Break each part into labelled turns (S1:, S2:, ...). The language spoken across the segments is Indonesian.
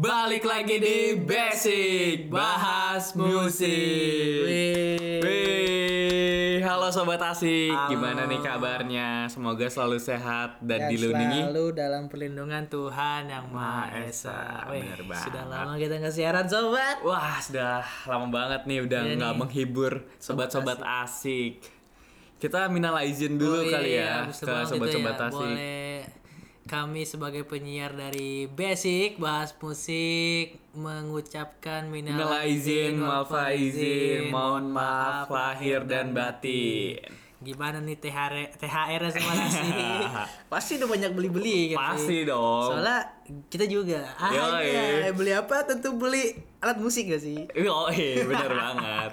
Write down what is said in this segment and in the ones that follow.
S1: Balik lagi di Basic Bahas Musik. Wih, halo sobat asik.
S2: Halo.
S1: Gimana nih kabarnya? Semoga selalu sehat dan,
S2: Dan
S1: dilindungi.
S2: selalu dalam perlindungan Tuhan yang Maha
S1: Maha
S2: Esa.
S1: Esa.
S2: Wih,
S1: Bener banget.
S2: sudah lama kita nggak siaran sobat.
S1: Wah, sudah lama banget nih udah
S2: Iya
S1: nggak
S2: nih.
S1: menghibur sobat-sobat asik. Kita minal izin dulu
S2: Oh iya,
S1: kali ya
S2: betul
S1: ke
S2: banget itu
S1: sobat-sobat
S2: ya.
S1: asik.
S2: Boleh kami sebagai penyiar dari Basic bahas musik mengucapkan minal,
S1: Minal izin, wal faizin, mohon maaf lahir dan batin.
S2: Gimana nih THR THR semua nasi? Pasti udah banyak beli-beli kan?
S1: Pasti dong.
S2: Soalnya kita juga. Ah,
S1: Yoi.
S2: iya. beli apa? Tentu beli alat musik gak sih?
S1: Iya, Yoi, bener oh, banget.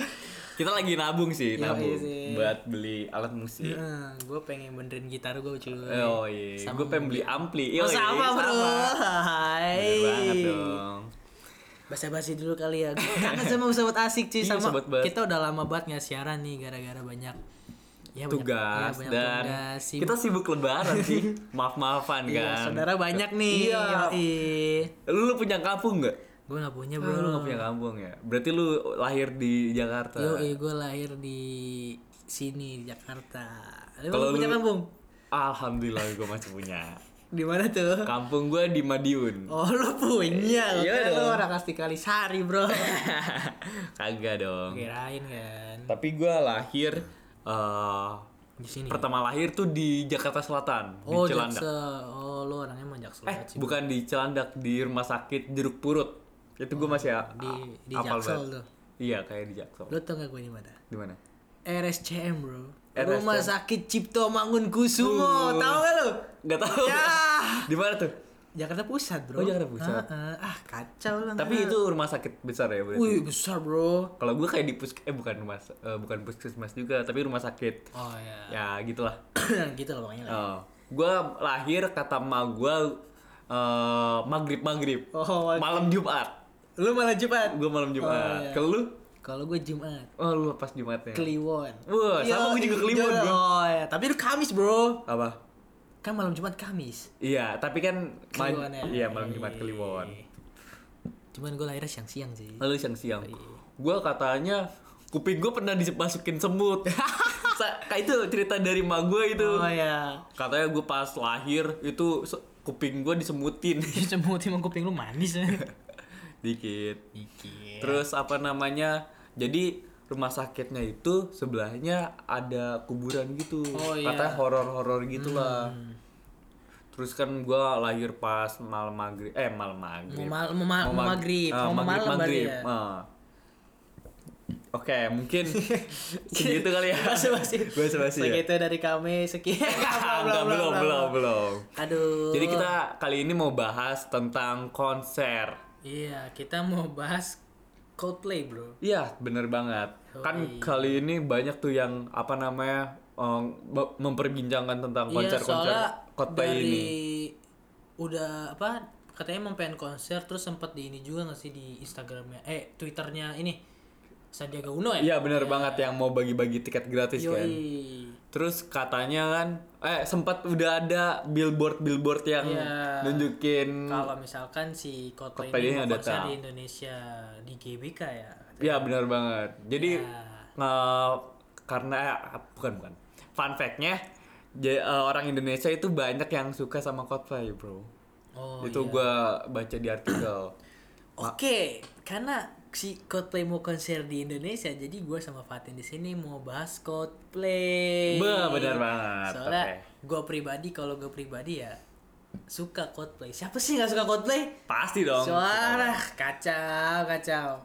S1: Kita lagi nabung sih,
S2: Yoi
S1: nabung
S2: sih.
S1: buat beli alat musik.
S2: gue Nah, pengen benerin gitar gue cuy.
S1: Yoi,
S2: Hmm. Sama
S1: gue pengen beli ampli. Yoi,
S2: Oh, sama bro. Ya, Hai.
S1: Bener banget dong.
S2: Basa-basi dulu kali ya. Gua Kangen sama sobat asik cuy
S1: Iya,
S2: sama
S1: sobat banget.
S2: kita udah lama banget nggak siaran nih gara-gara banyak ya, banyak-
S1: Tugas
S2: ya, banyak
S1: dan
S2: tugas, sibuk.
S1: kita sibuk lebaran sih. Maaf-maafan
S2: Iya,
S1: kan.
S2: saudara banyak nih.
S1: Iya. Lu, lu punya kampung nggak?
S2: Gue nggak punya
S1: Oh, lu
S2: bro.
S1: nggak punya kampung ya? Berarti lu lahir di Jakarta.
S2: Yo, gue lahir di sini di Jakarta. Lu
S1: Kalau
S2: punya
S1: lu-
S2: kampung?
S1: Alhamdulillah gue masih punya.
S2: Di mana tuh?
S1: Kampung gue di Madiun.
S2: Oh lu punya,
S1: Iya
S2: iya,
S1: dong.
S2: lu orang asli kali sari bro
S1: Kagak dong.
S2: Kirain kan
S1: Tapi gue lahir eh
S2: di sini.
S1: pertama lahir tuh di Jakarta Selatan
S2: oh
S1: di Cilandak.
S2: Jaksa, oh lu orangnya emang Jaksa
S1: Eh
S2: banget sih.
S1: bukan di Cilandak di rumah sakit Jeruk Purut. Itu gue masih a-
S2: di di
S1: apal
S2: Jaksel
S1: banget.
S2: tuh.
S1: Iya kayak di Jaksel.
S2: Lu tau gak gue di mana?
S1: Di mana?
S2: RSCM bro.
S1: RSCM.
S2: Rumah Sakit Cipto Mangunkusumo,
S1: Uh.
S2: tahu gak lu?
S1: Gak tahu.
S2: Ya.
S1: di mana tuh?
S2: Jakarta Pusat bro.
S1: Oh, Jakarta Pusat.
S2: Ah, ah, ah, kacau lah.
S1: Tapi itu rumah sakit besar ya berarti.
S2: Wih besar bro.
S1: Kalau gue kayak di pusk eh bukan rumah sa- eh, bukan puskesmas juga tapi rumah sakit.
S2: Oh ya.
S1: Ya gitulah.
S2: gitu loh pokoknya. lah.
S1: Oh. Gue lahir kata emak gue eh maghrib maghrib
S2: Oh, wajib.
S1: malam Jumat.
S2: Lu malah Jumat.
S1: Gue malam Jumat.
S2: iya.
S1: Kalau lu?
S2: Kalau gue Jumat.
S1: Oh lu pas Jumatnya.
S2: Kliwon.
S1: Wah, sama gue
S2: Yo,
S1: juga Kliwon,
S2: iya.
S1: bro.
S2: Oh ya, tapi lu Kamis bro.
S1: Apa?
S2: Kan malam Jumat Kamis.
S1: Iya, tapi kan ma-
S2: Kliwon ya? Iya.
S1: Iya, malam Jumat Kliwon.
S2: Cuman gue lahirnya siang-siang sih.
S1: Lalu siang-siang.
S2: Iya.
S1: Gua katanya kuping gue pernah dimasukin semut. Sa- Kayak itu cerita dari ma gue itu.
S2: Oh ya.
S1: Katanya gue pas lahir itu se- kuping gue disemutin
S2: Semut emang kuping lu manis ya.
S1: dikit.
S2: Dikit.
S1: Terus apa namanya? Jadi rumah sakitnya itu sebelahnya ada kuburan gitu.
S2: Oh, iya. Hmm.
S1: Katanya horor-horor gitulah. Terus kan gua lahir pas malam maghrib, eh malam maghrib.
S2: Mau mal- mau ma- mau
S1: mag- eh,
S2: maghrib, mau
S1: maghrib,
S2: malam berarti
S1: maghrib.
S2: ya?
S1: eh. Oke, mungkin segitu kali ya.
S2: Basa-basi.
S1: Basa-basi ya?
S2: Segitu dari kami sekian.
S1: Ah, enggak, belum, belum, belum.
S2: Aduh.
S1: Jadi kita kali ini mau bahas tentang konser.
S2: Iya, kita mau bahas Coldplay, Bro.
S1: Iya, bener banget. Kan kali ini banyak tuh yang apa namanya em, be- memperbincangkan tentang konser-konser
S2: Iya, soalnya
S1: Coldplay
S2: dari
S1: ini.
S2: udah apa katanya mau pengen konser terus sempat di ini juga nggak sih di Instagramnya eh Twitternya ini Sandiaga Uno ya
S1: Iya, bener banget yang mau bagi-bagi tiket gratis
S2: Yoi.
S1: kan. Terus katanya kan, eh sempat udah ada billboard-billboard yang
S2: Iya.
S1: nunjukin.
S2: kalau misalkan si Coldplay,
S1: Hmm. Coldplay
S2: ini
S1: ini
S2: mau
S1: ada
S2: konser
S1: tak.
S2: di Indonesia di GBK ya
S1: Iya, bener banget. Jadi
S2: Iya.
S1: eh, karena eh, bukan bukan. Fun fact-nya, ja- eh, orang Indonesia itu banyak yang suka sama Coldplay, bro.
S2: oh
S1: itu
S2: iya.
S1: gua baca di artikel.
S2: oke karena si Coldplay mau konser di Indonesia jadi gue sama Fatin di sini mau bahas Coldplay
S1: Be, benar banget.
S2: soalnya
S1: Oke.
S2: gue pribadi kalau gue pribadi ya suka Coldplay siapa sih nggak suka Coldplay
S1: Pasti dong.
S2: Suara kacau kacau.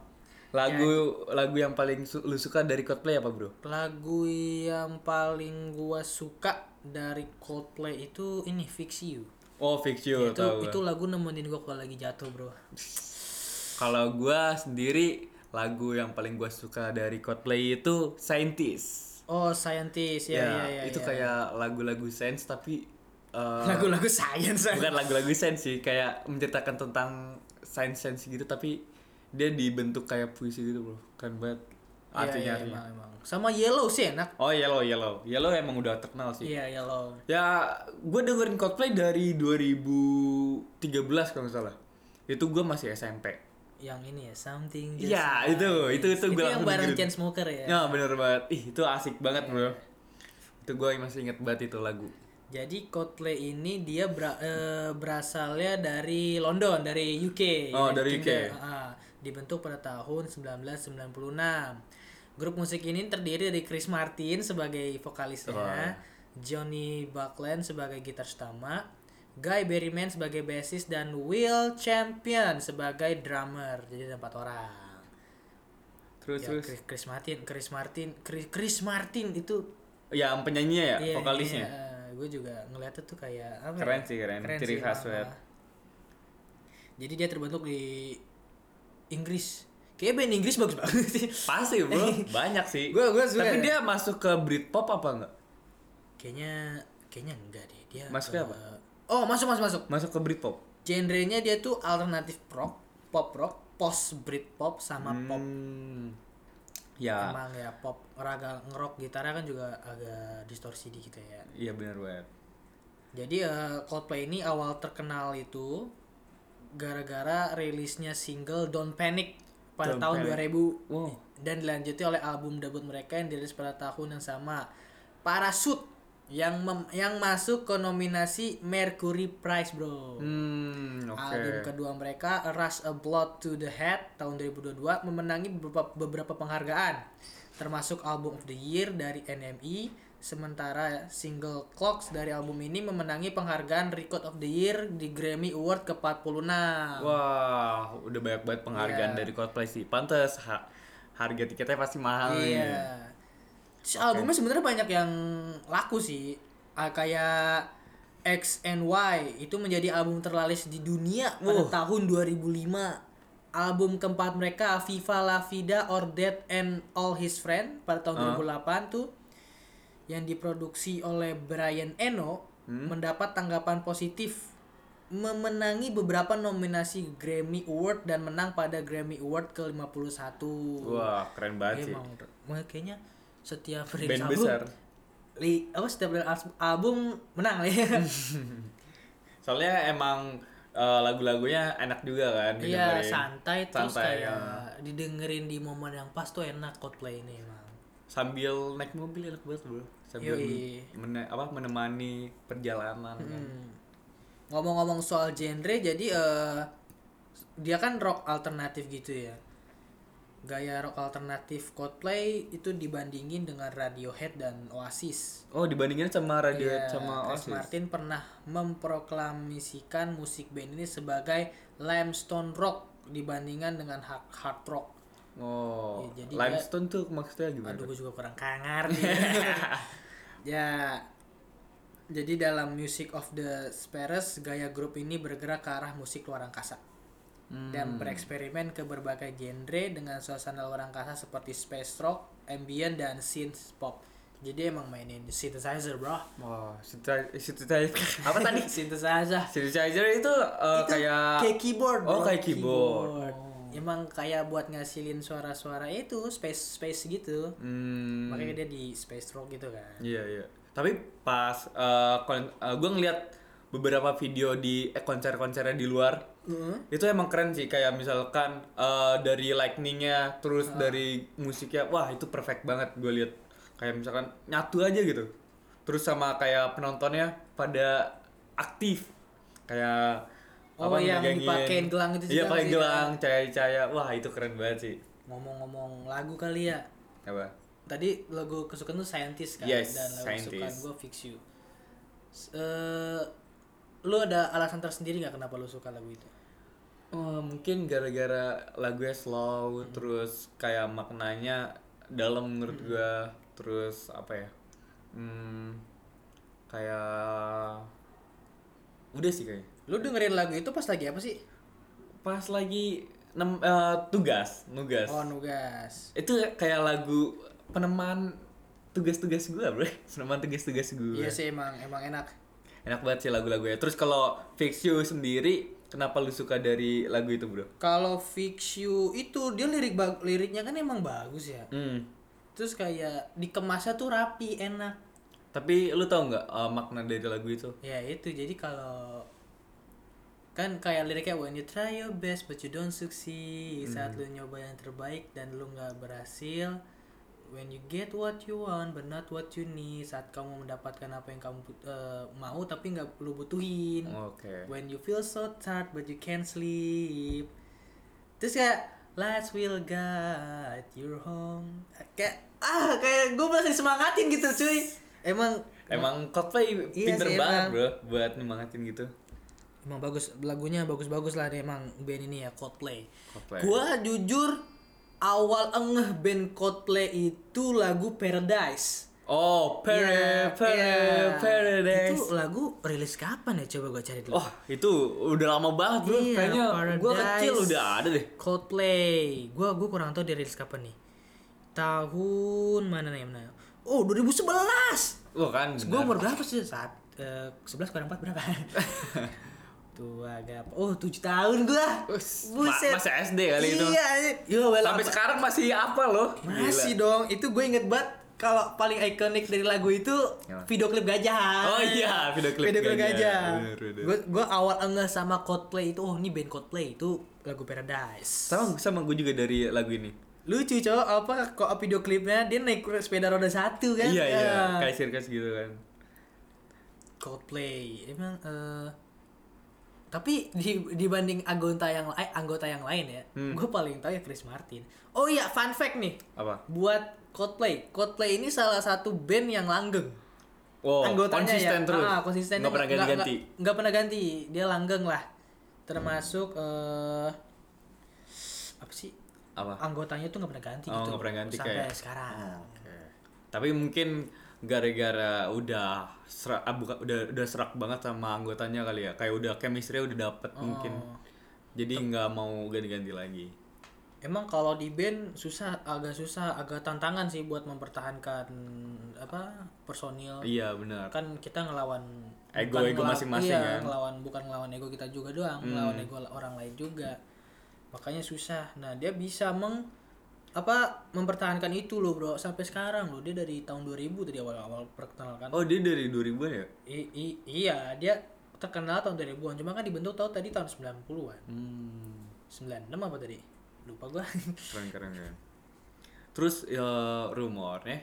S1: Lagu lagu yang paling su- lu suka dari Coldplay apa, Bro?
S2: Lagu yang paling gua suka dari Coldplay itu ini Fix You.
S1: Oh, Fix You
S2: Itu
S1: tahu.
S2: itu lagu nemenin gua kalau lagi jatuh, Bro.
S1: Kalau gua sendiri lagu yang paling gua suka dari Coldplay itu Scientist.
S2: Oh, Scientist. Ya, ya, ya.
S1: itu
S2: ya.
S1: kayak lagu-lagu sains tapi eh,
S2: lagu-lagu science. Ya,
S1: bukan lagu-lagu sains sih, kayak menceritakan tentang sains-sains gitu tapi dia dibentuk kayak puisi gitu, Bro. Keren banget
S2: Iya,
S1: artinya.
S2: iya, emang, emang. Sama Yellow sih enak.
S1: Oh, Yellow, Yellow. Yellow emang udah terkenal sih.
S2: Iya, Yellow.
S1: Ya, gue dengerin Coldplay dari 2013 kalau nggak salah. itu gue masih SMP
S2: yang ini ya something just
S1: Iya, itu,
S2: like
S1: itu-
S2: this.
S1: itu gua
S2: yang
S1: langsung
S2: bareng
S1: dengerin.
S2: Chainsmoker smoker ya
S1: ya bener banget ih itu asik banget
S2: Iya.
S1: bro itu gue masih inget banget itu lagu
S2: Jadi Coldplay ini dia bera- eh, berasalnya dari London, dari UK.
S1: Oh,
S2: United
S1: dari UK.
S2: Kingdom. Ah, dibentuk pada tahun 1996. Grup musik ini terdiri dari Chris Martin sebagai vokalisnya,
S1: Wah.
S2: Johnny Buckland sebagai gitar utama, Guy Berryman sebagai bassist dan Will Champion sebagai drummer. Jadi ada empat orang.
S1: terus
S2: Ya,
S1: terus
S2: Chris, Chris Martin, Chris Martin, Chris, Chris Martin itu
S1: ya penyanyinya ya
S2: Iya,
S1: vokalisnya
S2: iya, iya. gue juga ngeliatnya tuh kayak apa ya?
S1: Keren sih, keren. Ciri khas
S2: emang,
S1: banget.
S2: ah. Jadi dia terbentuk di Inggris. Kayaknya band Inggris bagus banget sih.
S1: pasti bro banyak sih
S2: Gua- gua suka
S1: tapi
S2: ya.
S1: dia masuk ke Britpop apa enggak
S2: Kayaknya kayaknya enggak deh dia.
S1: Masuknya
S2: eh,
S1: apa?
S2: Oh, masuk masuk masuk.
S1: masuk ke Britpop
S2: Genrenya dia tuh alternatif rock, pop rock, post Britpop sama pop.
S1: Hmm. ya
S2: Emang ya pop raga ngerok gitarnya kan juga agak distorsi dikit ya.
S1: iya bener banget
S2: Jadi eh, Coldplay ini awal terkenal itu gara-gara rilisnya single Don't Panic pada
S1: Don't
S2: tahun
S1: Panic.
S2: 2000
S1: wow
S2: dan dilanjuti oleh album debut mereka yang dirilis pada tahun yang sama Parachute yang mem- yang masuk ke nominasi Mercury Prize bro.
S1: hmm oke
S2: Album kedua mereka Rush a Blood to the Head tahun 2022 memenangi beberapa, beberapa penghargaan termasuk Album of the Year dari NME sementara single Clocks dari album ini memenangi penghargaan Record of the Year di Grammy Award ke-46.
S1: wah udah banyak banget penghargaan
S2: Iya.
S1: dari Coldplay sih pantes ha- harga tiketnya pasti mahal
S2: Iya.
S1: nih.
S2: Terus albumnya sebenarnya banyak yang laku sih. Ah, kayak X and Y itu menjadi album terlaris di dunia
S1: Wuh.
S2: pada tahun 2005. Album keempat mereka Viva La Vida or Death and All His Friend pada tahun 2008 tuh yang diproduksi oleh Brian Eno mendapat tanggapan positif memenangi beberapa nominasi Grammy Award dan menang pada Grammy Award ke-51.
S1: wah keren banget sih
S2: Iya, Emang, emang kayaknya setiap rilis
S1: band
S2: album,
S1: besar
S2: li- apa setiap rilis as- album menang li.
S1: soalnya emang eh, lagu-lagunya enak juga kan
S2: Iya
S1: didengerin.
S2: santai terus
S1: Santai,
S2: kayak
S1: ya.
S2: didengerin di momen yang pas tuh enak Coldplay ini emang.
S1: sambil naik mobil enak banget bro sambil
S2: Yoi.
S1: mene- apa menemani perjalanan kan.
S2: Hmm. Ngomong-ngomong soal genre, jadi eh, dia kan rock alternatif gitu ya. Gaya rock alternatif Coldplay itu dibandingin dengan Radiohead dan Oasis.
S1: oh dibandingin sama radio
S2: Iya,
S1: sama
S2: Chris
S1: Oasis
S2: Martin pernah memproklamasikan musik band ini sebagai limestone rock dibandingkan dengan hard, hard rock.
S1: oh
S2: Iya, jadi dia-
S1: limestone tuh maksudnya gimana
S2: Aduh,
S1: tuh?
S2: gue juga kurang kangar nih. ya, jadi dalam Music of the Spheres, gaya grup ini bergerak ke arah musik luar angkasa
S1: Hmm.
S2: dan bereksperimen ke berbagai genre dengan suasana luar angkasa seperti space rock, ambient, dan synth pop. Jadi emang mainin synthesizer, bro.
S1: Wah, synthi- synthesizer apa tadi?
S2: synthesizer.
S1: synthesizer itu, eh,
S2: Itu
S1: kayak
S2: kayak keyboard
S1: Oh,
S2: bro,
S1: kayak keyboard.
S2: Oh. emang kayak buat ngasilin suara-suara itu space space gitu
S1: Hmm,
S2: makanya dia di space rock gitu kan
S1: Iya iya. Tapi pas eh, kon- eh, gua ngeliat beberapa video di eh, konser-konsernya di luar
S2: Heeh.
S1: itu emang keren sih kayak misalkan eh, dari lightningnya terus
S2: Ah.
S1: dari musiknya wah itu perfect banget gue lihat kayak misalkan nyatu aja gitu terus sama kayak penontonnya pada aktif kayak
S2: Oh, yang
S1: megangin.
S2: dipakein gelang itu
S1: iya
S2: juga
S1: pakai
S2: sih,
S1: gelang cahaya-cahaya wah itu keren banget sih
S2: ngomong-ngomong lagu kali ya
S1: apa
S2: tadi lagu kesukaan tuh scientist kan
S1: Yes,
S2: dan lagu
S1: Scientist.
S2: kesukaan gue fix you S- eh, lu ada alasan tersendiri nggak kenapa lu suka lagu itu
S1: Oh, mungkin gara-gara lagunya slow terus kayak maknanya dalam menurut gua terus apa ya hmm, kayak udah sih kayak
S2: lu dengerin lagu itu pas lagi apa sih
S1: pas lagi nem, eh, tugas nugas
S2: oh nugas
S1: itu kayak lagu peneman tugas-tugas gua bro peneman tugas-tugas gua
S2: iya sih emang emang enak
S1: enak banget sih lagu-lagunya terus kalau fix you sendiri kenapa lu suka dari lagu itu bro
S2: kalau fix you itu dia lirik bag- liriknya kan emang bagus ya
S1: hmm.
S2: terus kayak dikemasnya tuh rapi enak
S1: Tapi lu tau nggak eh, makna dari lagu itu?
S2: ya itu jadi kalau kan kayak liriknya when you try your best but you don't succeed saat lu nyoba yang terbaik dan lu nggak berhasil when you get what you want but not what you need saat kamu mendapatkan apa yang kamu but- eh, mau tapi nggak lu butuhin
S1: Oke.
S2: when you feel so tired but you can't sleep terus kayak lights will guide your home kayak ah kayak gue merasa disemangatin gitu cuy emang
S1: Emang Coldplay
S2: Iya
S1: pinter
S2: sih,
S1: banget
S2: emang.
S1: bro buat nyemangatin gitu.
S2: emang bagus lagunya bagus-bagus lah deh, emang band ini ya Coldplay.
S1: Coldplay.
S2: Gua jujur awal engeh band Coldplay itu lagu Paradise.
S1: Oh,
S2: Iya,
S1: para, para,
S2: iya.
S1: paradise.
S2: Itu lagu rilis kapan ya coba gua cari dulu.
S1: Oh, itu udah lama banget bro.
S2: Iya,
S1: Kayaknya gua
S2: Paradise.
S1: kecil udah ada deh.
S2: Coldplay. Gua gua kurang tahu dia rilis kapan nih. Tahun mana nih mana? Oh, 2011.
S1: Wah kan.
S2: Gua
S1: benar.
S2: umur berapa sih saat eh, 11 kurang 4 berapa? Tua agak oh 7 tahun gua.
S1: Ma- masih SD kali itu.
S2: Iya, iya. Yo, well,
S1: Sampai sekarang masih apa loh?
S2: Masih dong, itu gue inget banget kalau paling ikonik dari lagu itu
S1: Apa?
S2: video klip gajahan.
S1: Oh iya, video klip gajah.
S2: gajah.
S1: Bener, bener.
S2: Gue gue awal enggak sama Coldplay itu, oh ini band Coldplay itu lagu Paradise.
S1: Sama sama gue juga dari lagu ini.
S2: Lucu cowok apa kok video klipnya dia naik sepeda roda satu kan?
S1: Iya
S2: Ya.
S1: iya, kayak sirkus gitu kan.
S2: Coldplay emang eh, tapi di- dibanding anggota yang lain anggota yang lain ya,
S1: Hmm.
S2: gue paling tahu ya Chris Martin. Oh iya, fun fact nih
S1: Apa?
S2: buat Coldplay. Coldplay ini salah satu band yang langgeng.
S1: Oh,
S2: Anggotanya
S1: konsisten
S2: ya.
S1: terus.
S2: Ah, konsisten.
S1: Nggak pernah ganti-ganti.
S2: Nggak, pernah ganti. Dia langgeng lah. Termasuk eh apa sih?
S1: Apa?
S2: Anggotanya tuh nggak pernah ganti
S1: Oh,
S2: gitu.
S1: nggak pernah ganti
S2: Sampai
S1: kayak- Ah.
S2: sekarang.
S1: Tapi mungkin gara-gara udah serak ah, bukan udah udah serak banget sama anggotanya kali ya. Kayak udah chemistry udah dapet mungkin. Jadi nggak mau ganti-ganti lagi.
S2: Emang kalau di band susah agak susah, agak tantangan sih buat mempertahankan apa? personil.
S1: Iya benar.
S2: Kan kita ngelawan
S1: Ego-
S2: bukan
S1: ego
S2: ngelawan-
S1: masing-masing
S2: iya,
S1: kan. Hmm.
S2: ngelawan bukan ngelawan ego kita juga doang, ngelawan ego orang lain juga. Makanya susah. Nah, dia bisa meng apa mempertahankan itu loh, Bro, sampai sekarang loh. Dia dari tahun 2000 tadi awal-awal perkenalkan.
S1: Oh, dia dari 2000-an ya?
S2: I- i- iya, dia terkenal tahun 2000-an, cuma kan dibentuk tahun tadi tahun 90-an.
S1: Hmm,
S2: 96 apa tadi? Lupa gua.
S1: keren-keren ya. Terus ya, rumornya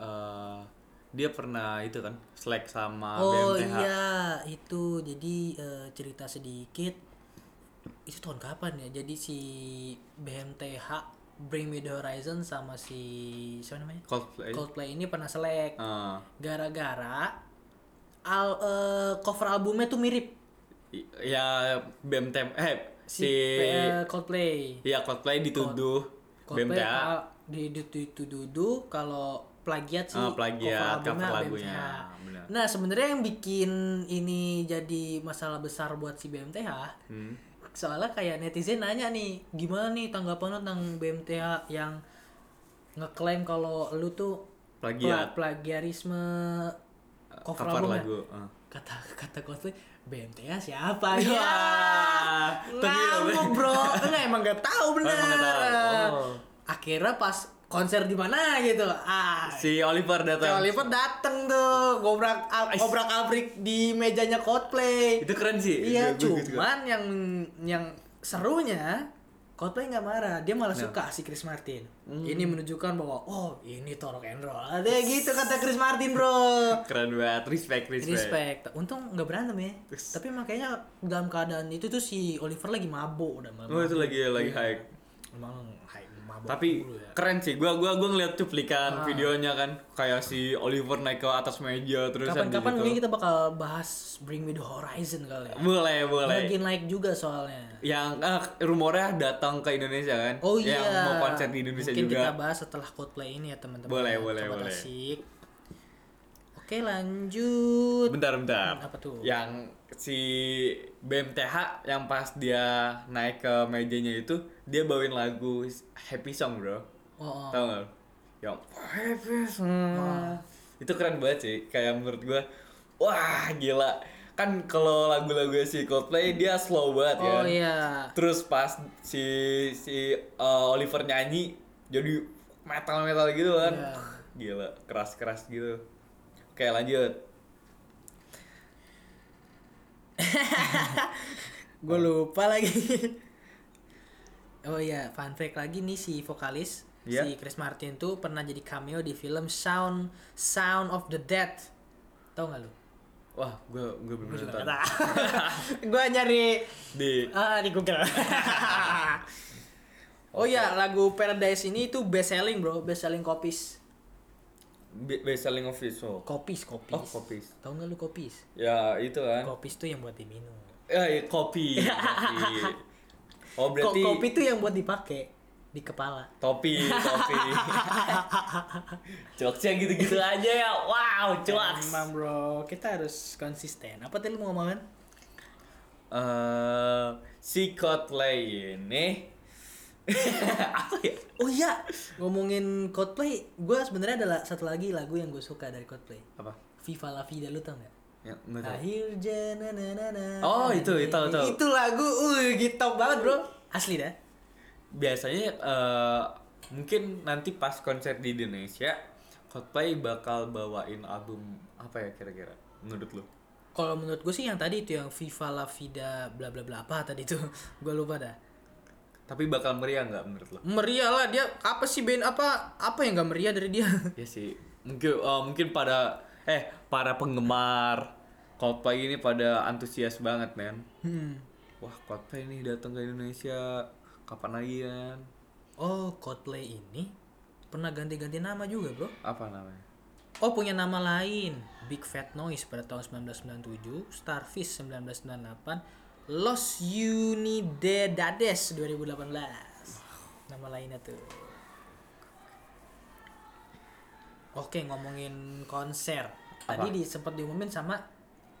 S1: eh, dia pernah itu kan slack sama
S2: oh
S1: BMTH.
S2: iya, itu. Jadi eh, cerita sedikit. Itu tahun kapan ya? Jadi si BMTH Bring Me The Horizon sama si siapa namanya?
S1: Coldplay.
S2: Coldplay ini pernah selek
S1: Eh,
S2: gara-gara al eh, cover albumnya tuh mirip
S1: i- ya BMTH eh
S2: si
S1: si
S2: eh, Coldplay.
S1: Iya Coldplay dituduh ya.
S2: Coldplay
S1: BMTA
S2: al- di di- di- dituduh kalau plagiat sih
S1: Ah, plagiat cover lagunya.
S2: BMTH.
S1: Benar.
S2: Nah, sebenarnya yang bikin ini jadi masalah besar buat si BMTH
S1: Hmm.
S2: soalnya kayak netizen nanya nih gimana nih tanggapan lo tentang BMTH yang ngeklaim kalau lu tuh
S1: Plagiat.
S2: pla- plagiarisme cover,
S1: cover
S2: albumnya.
S1: lagu. ah.
S2: kata kata Coldplay BMTH siapa
S1: Iya.
S2: ya
S1: Wah, tapi ya, bener.
S2: ngamuk bro enggak emang gak tahu
S1: emang
S2: bener
S1: nggak tahu. Oh.
S2: akhirnya pas konser di mana gitu ah
S1: Si Oliver datang.
S2: Kalau Oliver dateng tuh, gobrak ab- gobrak abrik di mejanya Coldplay.
S1: Itu keren sih.
S2: Iya,
S1: Itu bagus juga.
S2: cuman yang yang serunya Coldplay nggak marah, dia malah
S1: Nah.
S2: suka si Chris Martin.
S1: Hmm.
S2: Ini menunjukkan bahwa oh ini torok and roll. Ada gitu kata Chris Martin bro.
S1: keren banget. Respect, respect.
S2: Respect. Untung nggak berantem ya. Tapi makanya dalam keadaan itu tuh si Oliver lagi mabuk udah
S1: Oh, itu lagi lagi high.
S2: Emang hai, mabuk
S1: Tapi
S2: Iya.
S1: kan
S2: dulu ya. Ah.
S1: keren sih. Gua gua gua ngeliat cuplikan videonya kan kayak si Oliver naik ke atas meja terus gitu. habis
S2: Kapan-kapan
S1: itu-
S2: mungkin kita bakal bahas Bring Me The Horizon kali ya.
S1: boleh boleh.
S2: Lagi naik juga soalnya.
S1: Yang ah, rumornya datang ke Indonesia kan?
S2: Oh iya.
S1: Yang mau konser di Indonesia
S2: Mungkin
S1: juga.
S2: kita bahas setelah Coldplay ini ya teman-teman.
S1: Boleh, boleh,
S2: Sobat
S1: boleh.
S2: Asik. Oke lanjut.
S1: Bentar, bentar. Ya.
S2: Hmm, apa tuh?
S1: Yang si BMTH yang pas dia naik ke mejanya itu dia bawain lagu Happy Song, Bro.
S2: Oh, oh.
S1: Tahu nggak? Yang Happy Song. Itu keren banget sih, kayak menurut gua wah gila. Kan kalau lagu-lagu si Coldplay dia slow banget ya.
S2: Oh iya.
S1: Terus pas si si uh, Oliver nyanyi jadi metal-metal gitu kan.
S2: Iya.
S1: Gila, keras-keras gitu. Oke, lanjut.
S2: gue lupa lagi oh ya fun fact lagi nih si vokalis
S1: Iya.
S2: si Chris Martin tuh pernah jadi cameo di film Sound Sound of the Dead tau nggak lu
S1: Wah, gue gue belum nonton.
S2: gue nyari
S1: Di
S2: ah di Google oh ya lagu Paradise ini tuh best selling bro best selling copies
S1: B- best selling office. Oh.
S2: copies copies
S1: oh, copies.
S2: tau nggak lu copies
S1: Ya, itu kan.
S2: copies tuh yang buat diminum
S1: Eh, kopi. kopi. Oh,
S2: Ko-
S1: berarti
S2: kopi tuh yang buat dipakai di kepala
S1: topi, topi. Jokesnya gitu-gitu aja ya. Wow, jokes.
S2: Emang bro, kita harus konsisten. Apa tadi lu mau ngomongin?
S1: Eh, si Coldplay ini apa ya?
S2: Oh iya, ngomongin Coldplay, gue sebenarnya ada la- satu lagi lagu yang gue suka dari Coldplay.
S1: Apa?
S2: Viva La Vida lu tau gak?
S1: Ya, nggak tahu.
S2: Akhir jananana.
S1: Oh, itu, itu, itu.
S2: Itu lagu, uh, gitu banget bro. Asli dah.
S1: biasanya eh, mungkin nanti pas konser di Indonesia Coldplay bakal bawain album apa ya kira-kira menurut lu?
S2: Kalau menurut gue sih yang tadi itu yang Viva La Vida bla bla bla apa tadi tuh, gue lupa dah.
S1: Tapi bakal meriah nggak menurut lu?
S2: Meriah lah dia, apa sih band apa apa yang gak meriah dari dia?
S1: Ya sih mungkin eh, mungkin pada eh para penggemar Coldplay ini pada antusias banget men.
S2: Hmm.
S1: Wah Coldplay ini datang ke Indonesia kapan lagi kan?
S2: Oh, Coldplay ini pernah ganti-ganti nama juga, Bro.
S1: Apa namanya?
S2: Oh, punya nama lain. Big Fat Noise pada tahun 1997, Starfish 1998, Los Unidades 2018. Nama lainnya tuh. Oke, ngomongin konser. Tadi di, sempat diumumin sama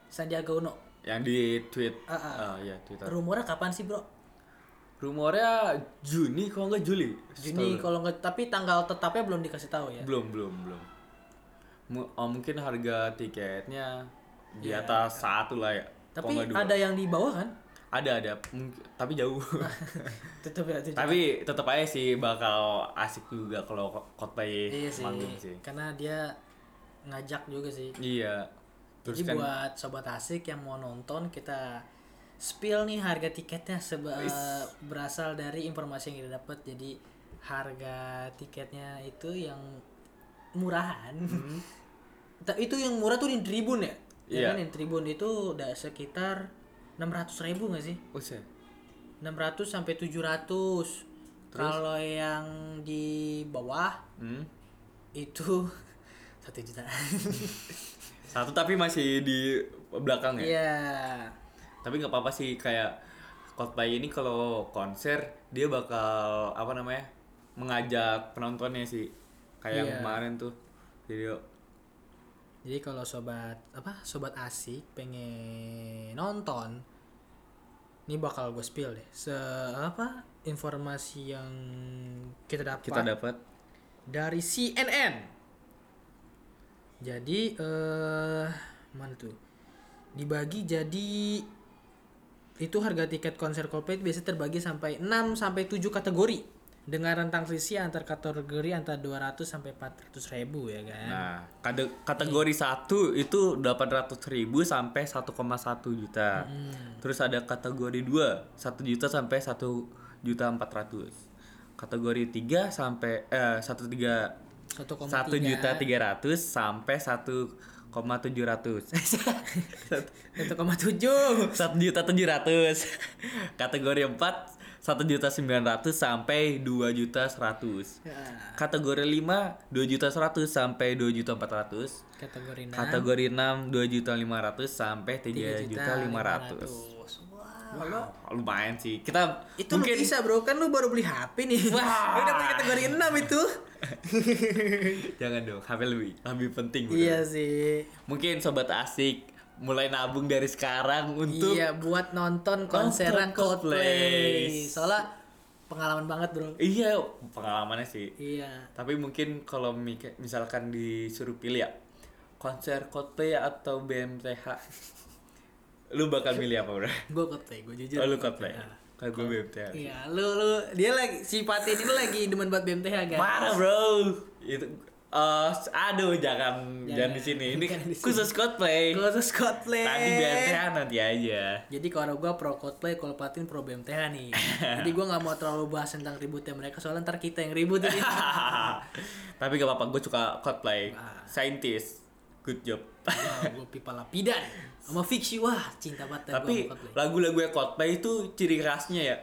S2: Sandiaga Uno.
S1: Yang di tweet
S2: Ah, ah.
S1: eh, ya Twitter.
S2: Rumornya kapan sih, Bro?
S1: Rumornya Juni kalau nggak Juli.
S2: Juni
S1: Setahu
S2: kalau nggak tapi tanggal tetapnya belum dikasih tahu ya.
S1: belum belum belum Mu- oh, mungkin harga tiketnya di atas satu lah ya
S2: Ya. Iya. Tapi
S1: Kalau nggak dua.
S2: ada yang di bawah kan?
S1: ada ada Mungkin- tapi jauh
S2: tetep ya tetep.
S1: tapi tetap aja sih bakal asik juga kalau ko- Coldplay
S2: iya sih,
S1: manggung Eh, sih
S2: karena dia ngajak juga sih
S1: iya terus
S2: jadi
S1: kan
S2: buat sobat asik yang mau nonton kita spill nih harga tiketnya seba- berasal dari informasi yang kita dapat jadi harga tiketnya itu yang murahan Ta- itu yang murah tuh di tribun ya
S1: Hmm. Iya.
S2: Ya kan yang tribun itu udah sekitar 600 ribu nggak sih
S1: Usai.
S2: 600 sampai 700 kalau yang di bawah
S1: Hmm.
S2: itu satu juta
S1: satu tapi masih di belakang ya
S2: Iya.
S1: tapi nggak apa-apa sih kayak Coldplay ini kalau konser dia bakal apa namanya mengajak penontonnya sih kayak yang
S2: Iya.
S1: kemarin tuh video
S2: jadi kalau sobat apa sobat asik pengen nonton ini bakal gue spill deh se apa informasi yang kita dapat
S1: kita dapat
S2: dari CNN jadi eh mana tuh dibagi jadi itu harga tiket konser Coldplay biasanya terbagi sampai 6 sampai 7 kategori dengan rentang selisih antar kategori antara 200 sampai 400 ribu ya kan
S1: Nah, kade- kategori satu itu 800.000 ribu sampai 1,1 juta. Terus ada kategori 2, 1 juta sampai 1 juta 400. Kategori 3 sampai eh 13 1
S2: 1,3
S1: juta 300 sampai 1,700.
S2: 1,7
S1: 1 juta 700. Kategori 4 1 juta 900 sampai 2 juta 100.
S2: Ya,
S1: Kategori 5 2 juta 100 sampai 2 juta 400.
S2: kategori 6
S1: Kategori 6 2 juta 500 sampai 3 ya, juta 500.
S2: Wow.
S1: Wow, lumayan sih. Kita
S2: Itu lu bisa bro, kan lu baru beli HP nih
S1: Wah.
S2: Lu dapet kategori 6 itu
S1: jangan dong, HP lebih lebih penting. bro.
S2: Iya sih
S1: Mungkin sobat asik mulai nabung dari sekarang untuk
S2: Iya buat nonton konser
S1: Nonton Coldplay.
S2: Coldplay Soalnya pengalaman banget bro
S1: Iya, pengalamannya sih.
S2: Iya
S1: Tapi mungkin kalau mi- misalkan disuruh pilih ya konser Coldplay atau BMTH. lu bakal milih apa, Bro?
S2: Gue Coldplay, gue jujur
S1: Oh, lu Coldplay. Kalau gue BMTH.
S2: Iya lu, lu Dia lagi, si Patin ini lagi demen buat BMTH guys
S1: Parah bro. Itu eh, aduh jangan jangan, di sini. Ini
S2: Jangan di sini.
S1: khusus cosplay.
S2: Khusus cosplay.
S1: Nanti BMTH nanti aja.
S2: Jadi kalau gua pro cosplay, kalau Patin pro BMTH nih. Jadi gua nggak mau terlalu bahas tentang ributnya mereka soalnya ntar kita yang ribut ini.
S1: Tapi gak apa-apa, gue suka cosplay.
S2: Ah.
S1: Scientist, good job.
S2: Wah, gua pipa lapidan sama fiksi wah cinta banget gua
S1: Tapi
S2: sama cosplay.
S1: lagu-lagu cosplay itu ciri khasnya ya.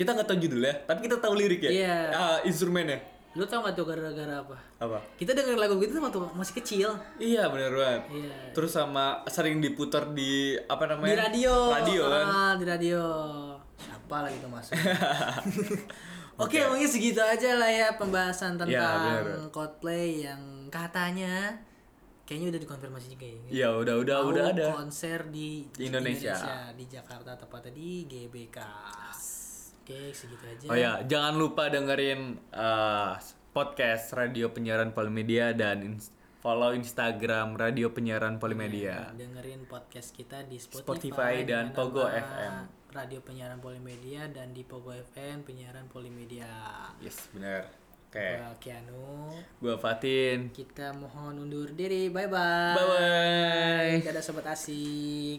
S1: Kita nggak tahu judulnya, tapi kita tahu lirik ya.
S2: Iya.
S1: Ah, instrumennya
S2: Lu tau gak tuh gara-gara apa?
S1: apa?
S2: Kita dengerin lagu gitu waktu masih kecil.
S1: Iya bener banget.
S2: Iya.
S1: Terus sama sering diputar di apa
S2: Di
S1: namanya?
S2: radio.
S1: Radio kan.
S2: Ah, di radio. Siapa lagi tuh masuk? Oke, mungkin segitu aja lah ya
S1: Iya,
S2: pembahasan tentang
S1: bener.
S2: cosplay yang katanya kayaknya udah dikonfirmasi juga ya.
S1: Iya udah udah
S2: Mau
S1: udah ada.
S2: konser di
S1: Di Indonesia.
S2: di Jakarta tepatnya di GBK. Oke, segitu aja.
S1: Oh ya, jangan lupa dengerin eh, podcast Radio Penyiaran Polimedia dan ins- follow Instagram Radio Penyiaran Polimedia.
S2: Dengerin podcast kita di Spotify,
S1: iya. Spotify dan
S2: dengan
S1: Pogo
S2: nama
S1: FM.
S2: Radio Penyiaran Polimedia dan di Pogo FM Penyiaran Polimedia.
S1: Yes, bener. Oke.
S2: Gua Kianu,
S1: Gua Fatin.
S2: kita mohon undur diri. Bye bye.
S1: Bye bye.
S2: Dadah sobat asik.